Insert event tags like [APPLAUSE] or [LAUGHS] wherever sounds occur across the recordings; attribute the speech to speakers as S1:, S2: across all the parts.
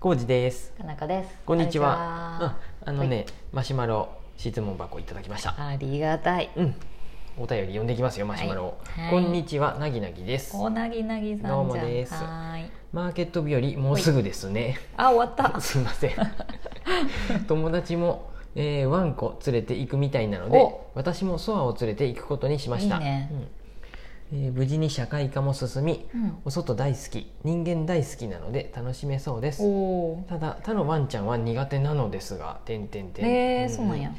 S1: 浩二です
S2: かなこです
S1: こんにち
S2: こんに
S1: はああのね、
S2: は
S1: マシュマロ質問箱いただきました
S2: ありがたい
S1: うんお便り読んでいきますよマシュマロを、
S2: はいはい
S1: こんにちはなぎなぎです
S2: おなぎなぎさんじゃん
S1: どうもです
S2: はーい
S1: マーケット日和もうすぐですね
S2: あ終わ
S1: [LAUGHS]
S2: った
S1: すいません
S2: [LAUGHS]
S1: 友達も、えー、ワンコ連れて行くみたいなので
S2: お
S1: 私もソアを連れて行くことにしました
S2: いいね
S1: うんえー無事に社会科も進み
S2: うん
S1: お外大好き人間大好きなので楽しめそうです
S2: おー
S1: ただ他のワンちゃんは苦手なのですが点点点
S2: えー、そうなんや、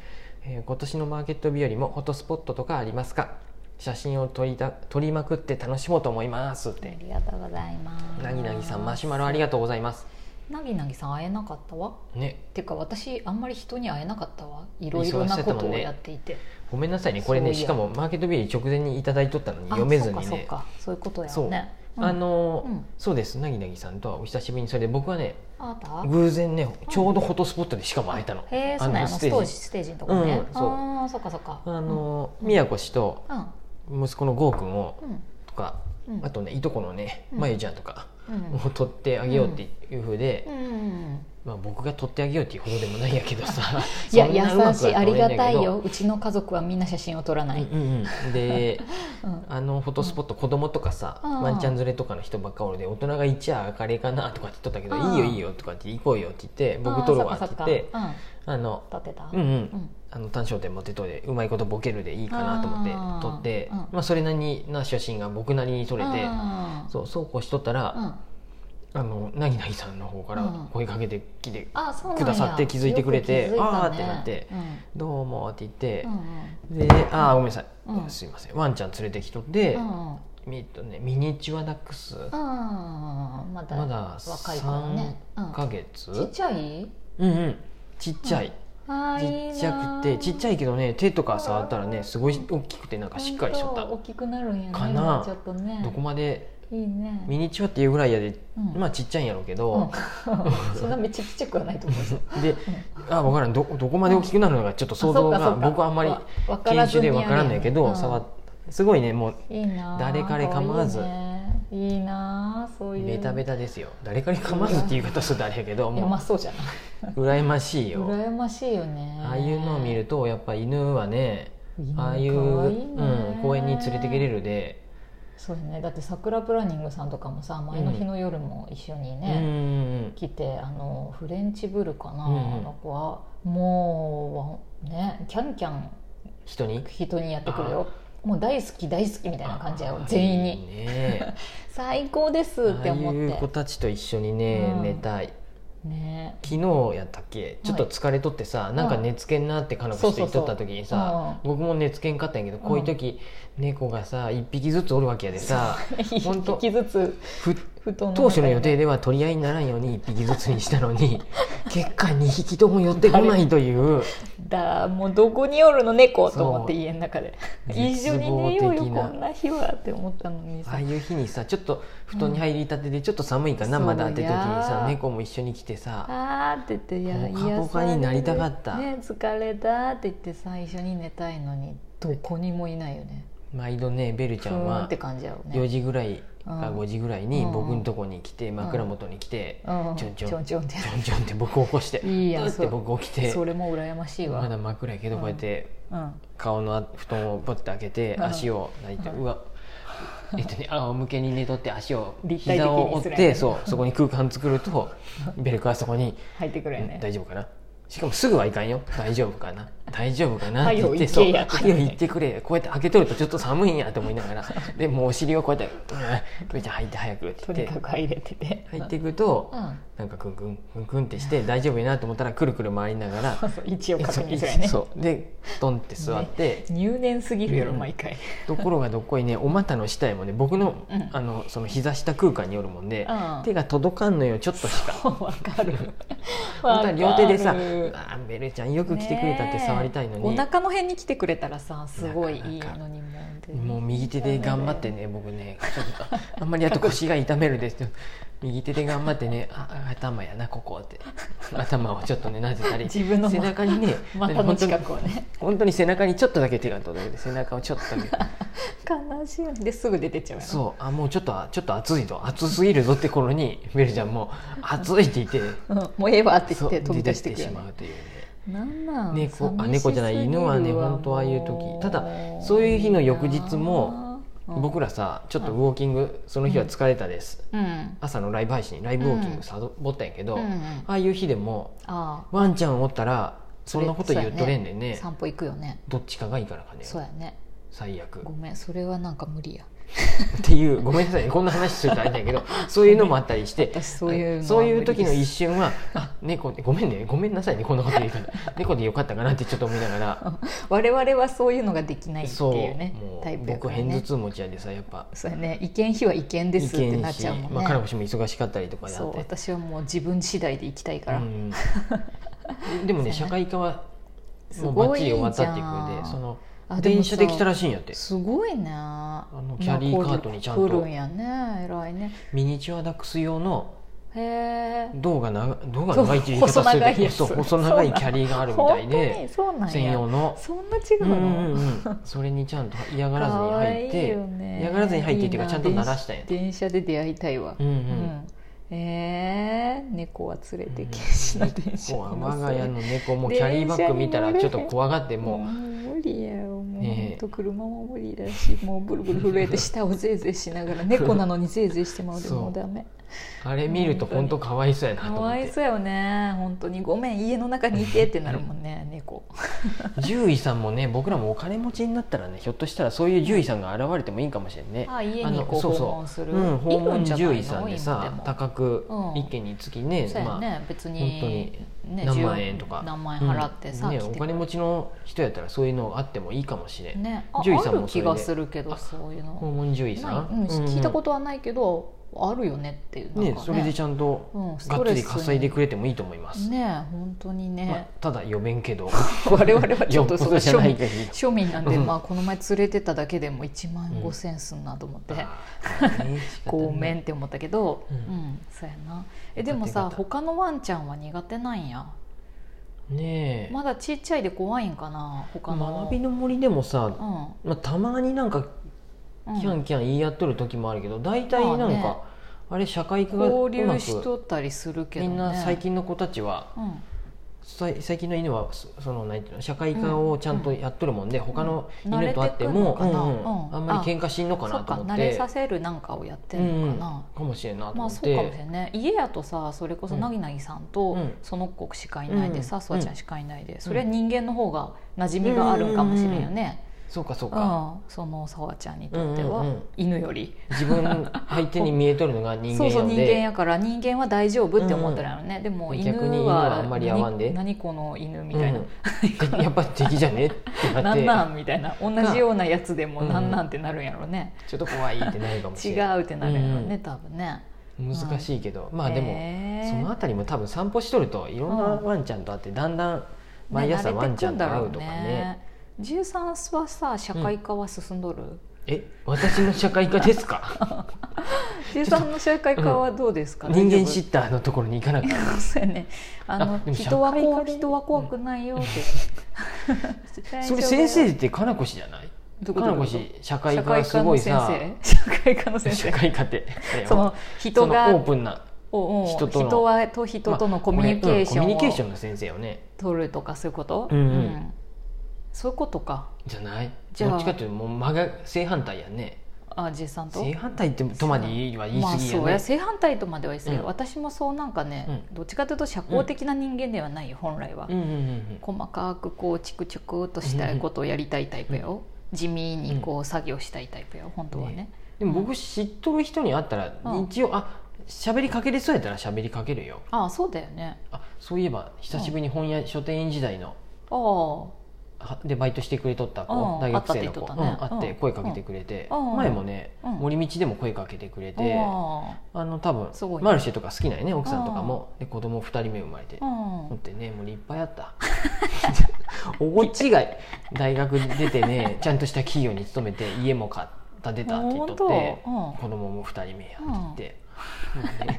S1: えー今年のマーケット日和もフォトスポットとかありますか写真を撮りた撮りまくって楽しもうと思いますっ
S2: あ
S1: て
S2: りがとうございます
S1: なぎなぎさんマシュマロありがとうございます
S2: なぎなぎさん会えなかったわ
S1: ね
S2: てか私あんまり人に会えなかったわいろいろなことをやっていて
S1: ごめんなさいねこれね
S2: そういや
S1: しかもマーケット日和直前にいただいとったのに
S2: あ
S1: 読めずに
S2: そう
S1: ね
S2: かそうかそういうことや
S1: そう
S2: よねうん
S1: あのー
S2: うん
S1: そうですなぎなぎさんとはお久しぶりにそれで僕はね
S2: あなた
S1: 偶然ねちょうどフォトスポットでしかも会えたの、
S2: へえそ
S1: あ
S2: うなん
S1: の
S2: やあの
S1: ス
S2: ス
S1: テ
S2: テ
S1: ー
S2: ー
S1: ジ
S2: ジステージのとこね、
S1: うんそう
S2: ああそっかそっか
S1: あのー
S2: うん
S1: 宮古氏と
S2: うん
S1: 息子のゴーくんを
S2: うん
S1: とか、
S2: うん
S1: あとねいとこのね
S2: うん
S1: まゆちゃんとか
S2: うん
S1: を撮ってあげようっていうふうで、
S2: うんうん
S1: まあ、僕が撮ってあげようっていうほどでもないんやけど
S2: [LAUGHS]
S1: さ
S2: いや
S1: そんなうま
S2: 優
S1: く
S2: しい
S1: は
S2: あ
S1: 撮
S2: り
S1: れな
S2: が
S1: けど
S2: たいようちの家族はみんな写真を撮ら
S1: う
S2: なんい、
S1: うんうん
S2: [LAUGHS]
S1: で
S2: うん
S1: あのフォトスポット子供とかさ
S2: うん
S1: ワンちゃん連れとかの人ばっかおるで大人が「一夜明れかな」とかって言っとったけど「
S2: うん
S1: いいよいいよ」とかって「行こうよ」って言って「僕撮るわ」
S2: あー
S1: って
S2: そっ
S1: 言
S2: か
S1: っ
S2: そっか
S1: て
S2: うん
S1: あの
S2: 撮ってた
S1: うんう
S2: うんん
S1: あの単焦点持ってとでうまいことボケるでいいかなと思って撮って
S2: うん
S1: まあそれなりな写真が僕なりに撮れて
S2: あー
S1: そうそうこうしとった
S2: うん
S1: ら
S2: あ
S1: あのなぎなぎさんの方から
S2: うん
S1: 声かけてきて
S2: ーそうなん
S1: くださって気づいてくれてあ
S2: あ
S1: ーってなって「どうも」って言って
S2: うんうん
S1: でああごめんなさい、
S2: うん
S1: すいませんワンちゃん連れてきとって、
S2: うんうん
S1: みえっとね、ミニチュアダックス、
S2: あーまだ
S1: まだ
S2: 若いから
S1: 3
S2: ね、うん
S1: ヶ月、
S2: ちっちゃい
S1: うんうんちっちゃい、
S2: あーいい
S1: ちっちゃくてちっち
S2: ゃい
S1: ゃいけどね手とか触ったらねすごい大きくてなんかしっかりしとった
S2: 大
S1: ど
S2: きくなるんやね
S1: かな
S2: ちょっとね
S1: こまで
S2: いいね
S1: ミニチュアっていうぐらいやで、
S2: うん
S1: まあちっちゃいんやろうけ
S2: うん
S1: ど、
S2: そん [LAUGHS] なめっちゃちっちゃくはないと思う
S1: [LAUGHS] で
S2: よ
S1: あ分からんどどこまで大きくなるのかちょっと想像
S2: あそ
S1: が
S2: うかそうか
S1: 僕はあんまり
S2: わわから
S1: 研
S2: ず
S1: 修
S2: に
S1: で
S2: やる
S1: 分
S2: やん
S1: からんのやけど、
S2: うん
S1: 触っすごいねもう
S2: いいなあ
S1: 誰彼構わず
S2: 可愛いねいいなあそういう
S1: ベタベタですよ誰かにかまずって言い方するとあれやけど
S2: いや
S1: も
S2: まあそうじゃないう
S1: 羨ましいよ
S2: 羨ましいよね
S1: ああいうのを見るとやっぱ犬はね
S2: 犬
S1: ああいう
S2: 可愛いね
S1: うん、公園に連れてけれるで、
S2: そうよねだって桜プランニングさんとかもさ前の日の夜も一緒に
S1: うん
S2: ね、来てあのフレンチブルかな、
S1: うんうん
S2: あの子はもうねキャンキャン
S1: 人に
S2: 人にやってくるよもう大好き大好きみたいな感じだよ
S1: あ
S2: 全員に
S1: いい
S2: [LAUGHS]
S1: ね
S2: 最高です
S1: あ
S2: って
S1: あ
S2: 思
S1: いう子
S2: った
S1: ちと一緒にね、
S2: うん
S1: 寝たい
S2: て
S1: [LAUGHS]
S2: ね
S1: 昨日やったっけちょっと疲れとってさ、なんか寝つけんなって彼女と言っとった時にさ、僕も寝つけんかったんやけど、こういう時猫がさ1匹ずつおるわけやでさほん
S2: 一 [LAUGHS]
S1: と
S2: 匹ずつ
S1: ふ
S2: 布団の中に
S1: 当初の予定では取り合いにならんように1匹ずつにしたの
S2: [LAUGHS]
S1: に結果2匹とも寄ってこないという
S2: だもうどこにおるの猫
S1: そう
S2: と思って家の中で一
S1: 絶
S2: 緒に寝よ
S1: 望
S2: うよ
S1: 的
S2: こ
S1: なん
S2: な日はって思ったのに
S1: あ
S2: さ
S1: あいう日にさちょっと布団に入りたてでちょっと寒いかな、
S2: そう
S1: まだって時にさ
S2: や
S1: 猫も一緒に来てさ
S2: あーって言っていや
S1: ポカポカになりたかった
S2: 癒されるね疲れたって言ってさ一緒に寝たいのにどこにもいないよね
S1: 毎度ねベルち
S2: ふ
S1: ゃん
S2: ーんっ
S1: は
S2: て感じやよね
S1: 4時ぐらいか
S2: うん
S1: 5時ぐらいに
S2: うん
S1: 僕のとこに来て枕元に来て
S2: うん
S1: ちょんちょん
S2: ちょんちょんって
S1: ちょんちょんって僕を起こして
S2: いいや
S1: うって
S2: そう
S1: 僕起きて
S2: それも羨ましいわ、
S1: まだ枕やけどこうやって
S2: うん、
S1: 顔の布団をポッて開けて
S2: うん
S1: 足を泣いてうわえっとね仰向けに寝とって足を
S2: 立体的に
S1: 膝を折っ
S2: するや
S1: て
S2: つ
S1: そうそこに空間作る
S2: [LAUGHS]
S1: とベルクはそこに
S2: 入ってくるよ
S1: う
S2: ね
S1: ん大丈夫かなしかもすぐはいかんよ大丈夫かな大丈夫かなって言って
S2: [LAUGHS] 早
S1: そう
S2: う行けやって
S1: 早い行ってくれこうやって開けとるとちょっと寒いんやと思いな
S2: [LAUGHS]
S1: がらでもうお尻をこうやって「うんルイちゃん入って早く」って
S2: と
S1: 言
S2: に
S1: っ
S2: か
S1: て
S2: く入れてて
S1: 入っていくと
S2: うん
S1: なんかクンクンクンクンってして大丈夫やなと思ったらくるくる回りなが
S2: [LAUGHS]
S1: ら
S2: [LAUGHS] そう位置を確認するよね
S1: そうでトンって座って。
S2: 入念すぎるやろ毎回、
S1: ところがどっこいねお股の下へもね僕の,、
S2: うん
S1: あのその膝下空間によるもんで、
S2: うん
S1: 手が届かんのよちょっとしか。
S2: わかる
S1: [LAUGHS] 本当は両手でさ「
S2: わかる
S1: うわベルちゃんよく来てくれた」って触りたいのに、
S2: ねえお腹の辺に来てくれたらさすごいいいのにもう
S1: もう右手で頑張ってね僕ねちょっとあんまりやると腰が痛めるですって右手で頑張ってねあ頭やなここって頭をちょっとねなぜたり
S2: 自分の
S1: 背中にね
S2: 股の近くをね
S1: 本当に背中にちょっとだけ手が届いて背中をちょっとだけ
S2: 悲しいですぐ出てっちゃうよね
S1: そうあもうちょっとちょっと暑いと暑すぎるぞって頃にベルちゃんも暑いって言って
S2: うんもうええわって
S1: そ
S2: 言
S1: う
S2: って飛び出して
S1: 出
S2: く
S1: て
S2: る
S1: し
S2: よね
S1: まうというね
S2: なんなん
S1: 猫あ
S2: 寂し
S1: 猫じゃない
S2: すぎる
S1: 犬はね
S2: わ
S1: 本当ああいう時
S2: も
S1: ただそういう日の翌日も
S2: うん
S1: 僕らさちょっとウォーキングその日は疲れたです
S2: うん
S1: 朝のライブ配信ライブウォーキングサボったんやけど
S2: うんうん
S1: ああいう日でも
S2: あ
S1: ワンちゃんおったらそんなこと言っとれんで
S2: あ
S1: ね
S2: 散歩行くよね
S1: どっちかがいいからかね
S2: そうやね
S1: 最悪
S2: ごめんそれはなんか無理や
S1: っていうごめんなさいねこんな話するとあれだけ
S2: [LAUGHS]
S1: どそういうのもあったりして
S2: 私そういうのは無理です
S1: そういう時の一瞬はあ猫ってごめんねごめんなさいねこんなこと言う
S2: [LAUGHS]
S1: から猫でよかったかなってちょっと思いながら
S2: 我々はそういうのができないって
S1: そう
S2: いうね
S1: も
S2: タイ
S1: う
S2: プやか
S1: 僕
S2: ら
S1: 偏頭
S2: ね
S1: 痛持ちやでさやっぱ
S2: そうやね意見非は意見ですってなっちゃうもんね、
S1: まあ、彼もしも忙しかったりとかであ
S2: そ
S1: っ
S2: う
S1: て
S2: 私はもう自分次第で行きたいから、
S1: うん、でもね
S2: そう
S1: 社
S2: ね
S1: 会科は
S2: す
S1: もうバッ
S2: ご
S1: チ
S2: い
S1: リ
S2: じゃ
S1: 終わ
S2: ん
S1: ったっていうでその
S2: あでも
S1: 電車
S2: さ
S1: で来たらしいんやって
S2: すごいねあ
S1: のキャリーカートにちゃんと
S2: 来るんやね偉いね
S1: ミニチュアダックス用の
S2: へえ
S1: 胴が長胴が長いっていう言い
S2: 細
S1: 方する
S2: 長い
S1: けど
S2: やつ
S1: そう細長いキャリーがあるみたい
S2: 本当に
S1: で
S2: そうなんや
S1: 専用の
S2: そんな違
S1: う
S2: うんの、
S1: うんうん、それにちゃんと嫌がらずに入っ
S2: 可愛い
S1: て
S2: よね
S1: 嫌がらずに入ってっていうか
S2: いい
S1: ちゃんと鳴らしたんや
S2: 電電車で出会いたいわ、
S1: うんうん
S2: うんえー、猫は連れてけしな電車
S1: もう我が家
S2: 乗
S1: の猫もキャリーバッグ見たらちょっと怖がって
S2: せ
S1: もう
S2: 無理やよもう、
S1: ねえ
S2: ほんと車も無理だしもうブルブル震えて舌をぜいぜいしながら猫なのにぜいぜいしてまうで
S1: そう
S2: もうダメ
S1: あれ見ると本当かわいそうやな
S2: か
S1: と思
S2: わ
S1: っ
S2: い
S1: て
S2: そうよね本当にごめん家の中にいてってなるもんね猫
S1: 獣医さんもね僕らもお金持ちになったらねひょっとしたらそういう獣医さんが現れてもいいかもしれんね
S2: あ家
S1: あ
S2: に
S1: の
S2: こう
S1: そうそう
S2: 訪問する
S1: うん、訪
S2: いる
S1: 問
S2: んじゃないの
S1: 獣医さんで
S2: 今
S1: さ
S2: も
S1: 高く
S2: うん
S1: 一軒につきね、
S2: そうやね、
S1: ま
S2: 別
S1: 本当
S2: に
S1: に
S2: ね
S1: あ、何万
S2: 10
S1: 円とか
S2: 何万円払ってさ、
S1: うんね、
S2: 来
S1: お
S2: て
S1: 金持ちの人やったらそういうのあってもいいかもしれん、
S2: ねあ
S1: 獣医さん
S2: あ
S1: も
S2: る
S1: それ
S2: 気
S1: で
S2: がするけど
S1: あ
S2: そういう
S1: 訪
S2: の
S1: 問獣医さ
S2: ない
S1: ん、
S2: うん、聞いたこととはないけど、あるよねっていうなん
S1: ね
S2: かね
S1: それでちゃんと
S2: うんス
S1: が
S2: ト
S1: っつ
S2: レ
S1: り
S2: スに
S1: 稼いでくれてもいいと思います、
S2: ね本当に
S1: まあ
S2: ね、、
S1: ただ呼べんけど [LAUGHS]
S2: 我々 [LAUGHS] はちょっとそ
S1: よ
S2: の
S1: ほどじゃ
S2: 庶
S1: ない
S2: 民
S1: 限り
S2: 庶民なんで、
S1: うん
S2: まあ、この前連れてっただけでも1万5千すんなと思って、
S1: あーね仕方ない
S2: [LAUGHS] ごめんって思ったけど、
S1: う
S2: うんんそうやなえでも
S1: よか
S2: さ
S1: ったよ
S2: 他のワンちゃんは苦手なんや
S1: ねえ、
S2: まだちっちゃいで怖いんかな他の
S1: 学びの森でもさ、
S2: うん
S1: まあ、たまになんか
S2: うん
S1: キャンキャン言い合っとる時もあるけど大体なんか、あ
S2: まあね
S1: れ社会科がう
S2: 交
S1: ま
S2: 流し
S1: く
S2: とったりするけど、
S1: み
S2: ね、
S1: んな最近の子たちは
S2: うん、
S1: さい最近の犬はそそのなんていうの社会科をちゃんとやっとるもんで、他の
S2: うん
S1: 犬と会っても、
S2: 慣れてくのかな
S1: うんうん
S2: うん
S1: あんまり喧嘩しんのか
S2: そ
S1: な
S2: っ
S1: と
S2: か
S1: 思って
S2: 慣れさせるなんかをやってるのかな、
S1: うん、かもしれんなと思
S2: まあ
S1: っ
S2: そ
S1: て、
S2: うかもしれない家やとさそれこそ
S1: うん
S2: なぎなぎさんと
S1: うん
S2: その子しかいないで
S1: う
S2: さ
S1: ん
S2: そわちゃんしかいないでそれは人間の方が馴染みがあるんかもしれんよね、
S1: そうかそう
S2: う
S1: か、
S2: ん、そのさわちゃんにとって
S1: うんうんう
S2: は
S1: ん
S2: 犬より
S1: 自分相手に見えとるのが人間
S2: [LAUGHS] そう
S1: や
S2: そう
S1: の
S2: 人間
S1: で
S2: やから人間は大丈夫って思ってるよね、でも犬
S1: 逆に犬はあ
S2: は
S1: んまり合わんで
S2: 何何この犬みたいな、
S1: うんやっぱ敵じゃねってな
S2: な
S1: っ
S2: ん
S1: て
S2: なんみたいな同じようなやつでも
S1: うん
S2: なんなんってなるんやろね、
S1: ちょっと怖いってなるかもし
S2: 違
S1: れないう
S2: ってなるんやろね、
S1: うん
S2: 多分ね
S1: 難しいけど、まあでも、
S2: ねえ
S1: そのあたりも多分散歩しとるといろんな
S2: うん
S1: ワンちゃんと会ってだんだん毎朝ワンちゃんと会うとかね
S2: 十三はさ社会科は進んどる
S1: え私の社会科ですか
S2: 十三、の社会科はどうですか、
S1: 人間シ
S2: 知っ
S1: ッターのところに行かなくて
S2: そうやねあの
S1: あでも社会
S2: 人
S1: 科
S2: は
S1: で
S2: 怖い人は怖くないよって
S1: それ先生ってかなこしじゃない
S2: ど
S1: か
S2: こど
S1: なこ
S2: こどこ
S1: し社会
S2: 社
S1: 科
S2: 会
S1: す
S2: 科の
S1: ごい
S2: 先
S1: さ
S2: 生社会科の先
S1: 社
S2: 生
S1: 会科って
S2: [LAUGHS] その人が
S1: そのオープンな
S2: おうおう
S1: 人との
S2: 人はと人とのコミュニケーシ
S1: まあうんコミュニケー
S2: ョ
S1: ショ
S2: ンを
S1: ンの先生よね
S2: 取るとかそういうこと、
S1: うんうん
S2: そういうことか
S1: じゃない
S2: じゃあ
S1: どっちかっていうともう真が正反対やね
S2: あじいさんと
S1: 正反対ってとまで言いは言い
S2: ま
S1: 過
S2: あ
S1: ぎ
S2: そ
S1: よ
S2: うや
S1: ね
S2: 正反対とまでは言い過ぎ
S1: うん
S2: 私もそうなんかね、
S1: うん
S2: どっちかというと社交的な人間ではないよ本来は、
S1: うんうんうんうん
S2: 細かくこうチクチクっとしたいことをやりたいタイプよ、地味にこう作業したいタイプよ本当はね
S1: ねでも僕知っとる人に会ったら
S2: うん
S1: 一応あ喋りかけれそうやったら喋りかけるよ
S2: ああそうだよね
S1: あそういえば久しぶりに本屋書店員時代の
S2: ああ
S1: はでバイトしてくれとった子
S2: うん
S1: 大学生の子
S2: 会ったって言っと
S1: う
S2: っ
S1: ん
S2: たね
S1: 会って
S2: うん
S1: 声かけてくれて
S2: うん
S1: 前もね
S2: うん
S1: 森道でも声かけてくれて
S2: あ
S1: あの多分
S2: すごいね
S1: マルシェとか好きなんやね奥さんとかもで子供二人目生まれて
S2: あう
S1: ほん
S2: ん
S1: ってねもう立派やった [LAUGHS] 大違い大学出てねちゃんとした企業に勤めて家も買った出たって言っとって
S2: ほんとうん
S1: 子供も二人目やって言って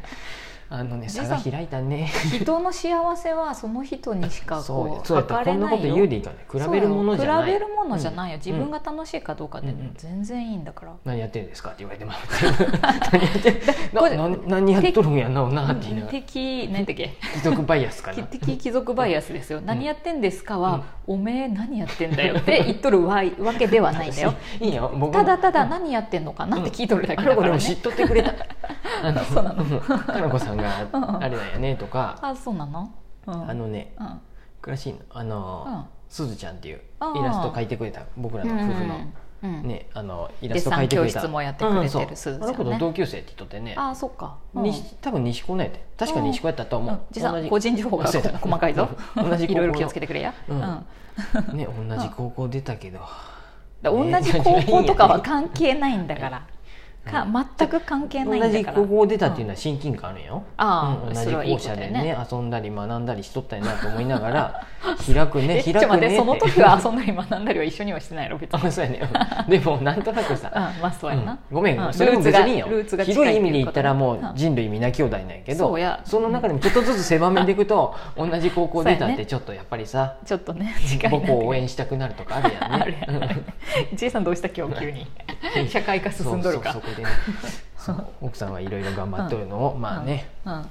S1: あのね差が開いたね
S2: 人の幸せはその人にしか
S1: そ
S2: こ
S1: う
S2: う
S1: そうやったら
S2: 測
S1: こ
S2: れ
S1: んな
S2: な
S1: こ
S2: い
S1: と
S2: よ
S1: 言うでいいからね比べるものじゃない
S2: そうよ比べるものじゃないよ、自分が楽しいかどうかで、
S1: うんうん
S2: 全然いいんだから、
S1: 何やってるんですかって言われ
S2: [LAUGHS]
S1: ても何やって
S2: これ
S1: なな何やっとるんやなおなって言いながら
S2: 敵何だっけ
S1: 貴族バイアスかな
S2: 敵貴族バイアスですよ、何やってんですかは、おめえ何やってんだよって言っとるわいわけではない
S1: [LAUGHS]
S2: んだよ
S1: いいよ僕も
S2: ただただ何やってんのかなって聞いとるだけ
S1: あ
S2: だ
S1: の
S2: か
S1: 子で
S2: ら
S1: も知っ
S2: ね、
S1: とって
S2: [LAUGHS]
S1: くれたあの
S2: そうなの
S1: んかなこさんが
S2: うんうん
S1: あれだよねとか
S2: [LAUGHS] あそうなの、うん、
S1: あのね
S2: うん
S1: 詳しいのあのすずちゃんっていうイ
S2: あー
S1: ラスト描いてくれた僕ら
S2: う
S1: の
S2: ん
S1: 夫婦の
S2: うん
S1: ねあのイラスト描いてくれ
S2: デッサン教
S1: た
S2: 室もやってくれてる
S1: うんそう
S2: すずちゃんね
S1: あの子と同級生って言っとってね
S2: ああそっか、うん
S1: 西多分西高なんやて確か西高やったと思
S2: うん
S1: う
S2: 実は
S1: 同じ
S2: 個人情報が
S1: そうや
S2: 細かいぞ
S1: うん同じ高校の
S2: いろいろ気をつけてくれや、
S1: うん
S2: うん
S1: ね同じ高校出たけど
S2: だから同じ高校とかは関係ないんだからか全く関係ない
S1: 同
S2: んだ
S1: じ
S2: から
S1: 高校出たっていうのは親近感あるんよ、
S2: ああ
S1: うん同
S2: そ
S1: じ
S2: れはいい
S1: 校
S2: こと
S1: 舎
S2: だ
S1: で
S2: よ
S1: ね
S2: ね
S1: 遊んだり学んだりしとったんやなと思いなが
S2: [LAUGHS]
S1: ら開くね開くね
S2: えちょっと待ってその時は遊
S1: ん
S2: んだり学んだりは一緒にはしてないの別に、う
S1: [LAUGHS]
S2: ん、
S1: あそうやねでもなんとなくさ、
S2: まあそうやな、
S1: うんごめん、
S2: うん
S1: それも別にいいよ
S2: ルーツがルーツが近
S1: 広
S2: い
S1: い意味で言ったらも
S2: っていうこ
S1: う
S2: と
S1: 人類皆兄弟なんやけど、
S2: そうや
S1: その中でもちょっとずつ狭めていくと同じ高校出た
S2: そう
S1: っ
S2: やね
S1: てちょっとやっぱりさ
S2: ちょっとね違いな
S1: 母校を応援したくなるとかあるやんね
S2: [LAUGHS] あるやんあるやん J さんどうした今日
S1: [LAUGHS]
S2: 急に
S1: うん
S2: 社会化進んどるか
S1: そうそうそこでねそう奥さんはいろいろ頑張っとるのを、まあね、
S2: うんうん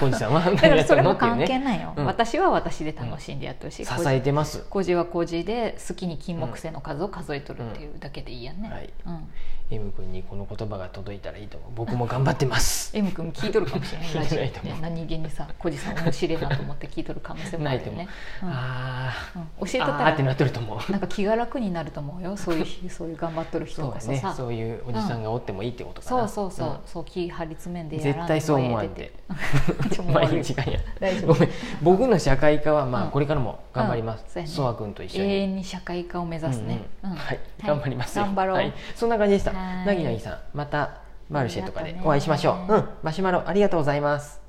S1: 小路さんは
S2: だか
S1: 何や
S2: ら
S1: っ
S2: そ
S1: と
S2: れ
S1: るの
S2: も
S1: っていう
S2: 関係
S1: ね
S2: ないよ、
S1: うん
S2: 私は私で楽しんでやってほしい、
S1: 支えてます
S2: 工事は工事で好きに金木犀の数を数えとるっていうだけでいいやんね、
S1: うんはい
S2: うん、
S1: M 君にこの言葉が届いたらいいと思う僕も頑張ってます
S2: [LAUGHS] M 君聞いとるかもしれない
S1: 聞いて [LAUGHS] ないと思う
S2: ラジオで何気にさ小路さん面白いなと思って聞いとる可能性も
S1: [LAUGHS]
S2: あ
S1: ない
S2: る
S1: と
S2: よ
S1: 思う
S2: ね、うん
S1: あー
S2: うん教えとっ
S1: あ
S2: た
S1: ーってな
S2: ら
S1: ってると思う
S2: なんか気が楽になると思うよそ
S1: [LAUGHS]
S2: ういうそういう頑張っとる人
S1: そう
S2: こ
S1: だ
S2: そ
S1: ね
S2: さ、
S1: そういうおじさんがおってもいいってことかな、
S2: そうそうそう、そう気張り詰めんで
S1: ん
S2: やらん
S1: 絶対そう思わんて
S2: [LAUGHS] ちょもう悪い
S1: [LAUGHS] 毎日がや
S2: 大丈夫
S1: ごめん僕の社会科はま
S2: う
S1: あ
S2: ん
S1: これからも頑張りま
S2: うん
S1: す
S2: そうやね
S1: ソワ君と一緒
S2: 永
S1: に
S2: 遠に社会化を目指すね、
S1: うんうん
S2: うん
S1: はい、頑張りますよ
S2: 頑張ろう、
S1: はい、そんな感じでした
S2: はい
S1: なぎなぎさんまたマルシェとか
S2: あり
S1: で
S2: がとう
S1: お会
S2: ね
S1: いしましょう、うんマシュマロありがとうございます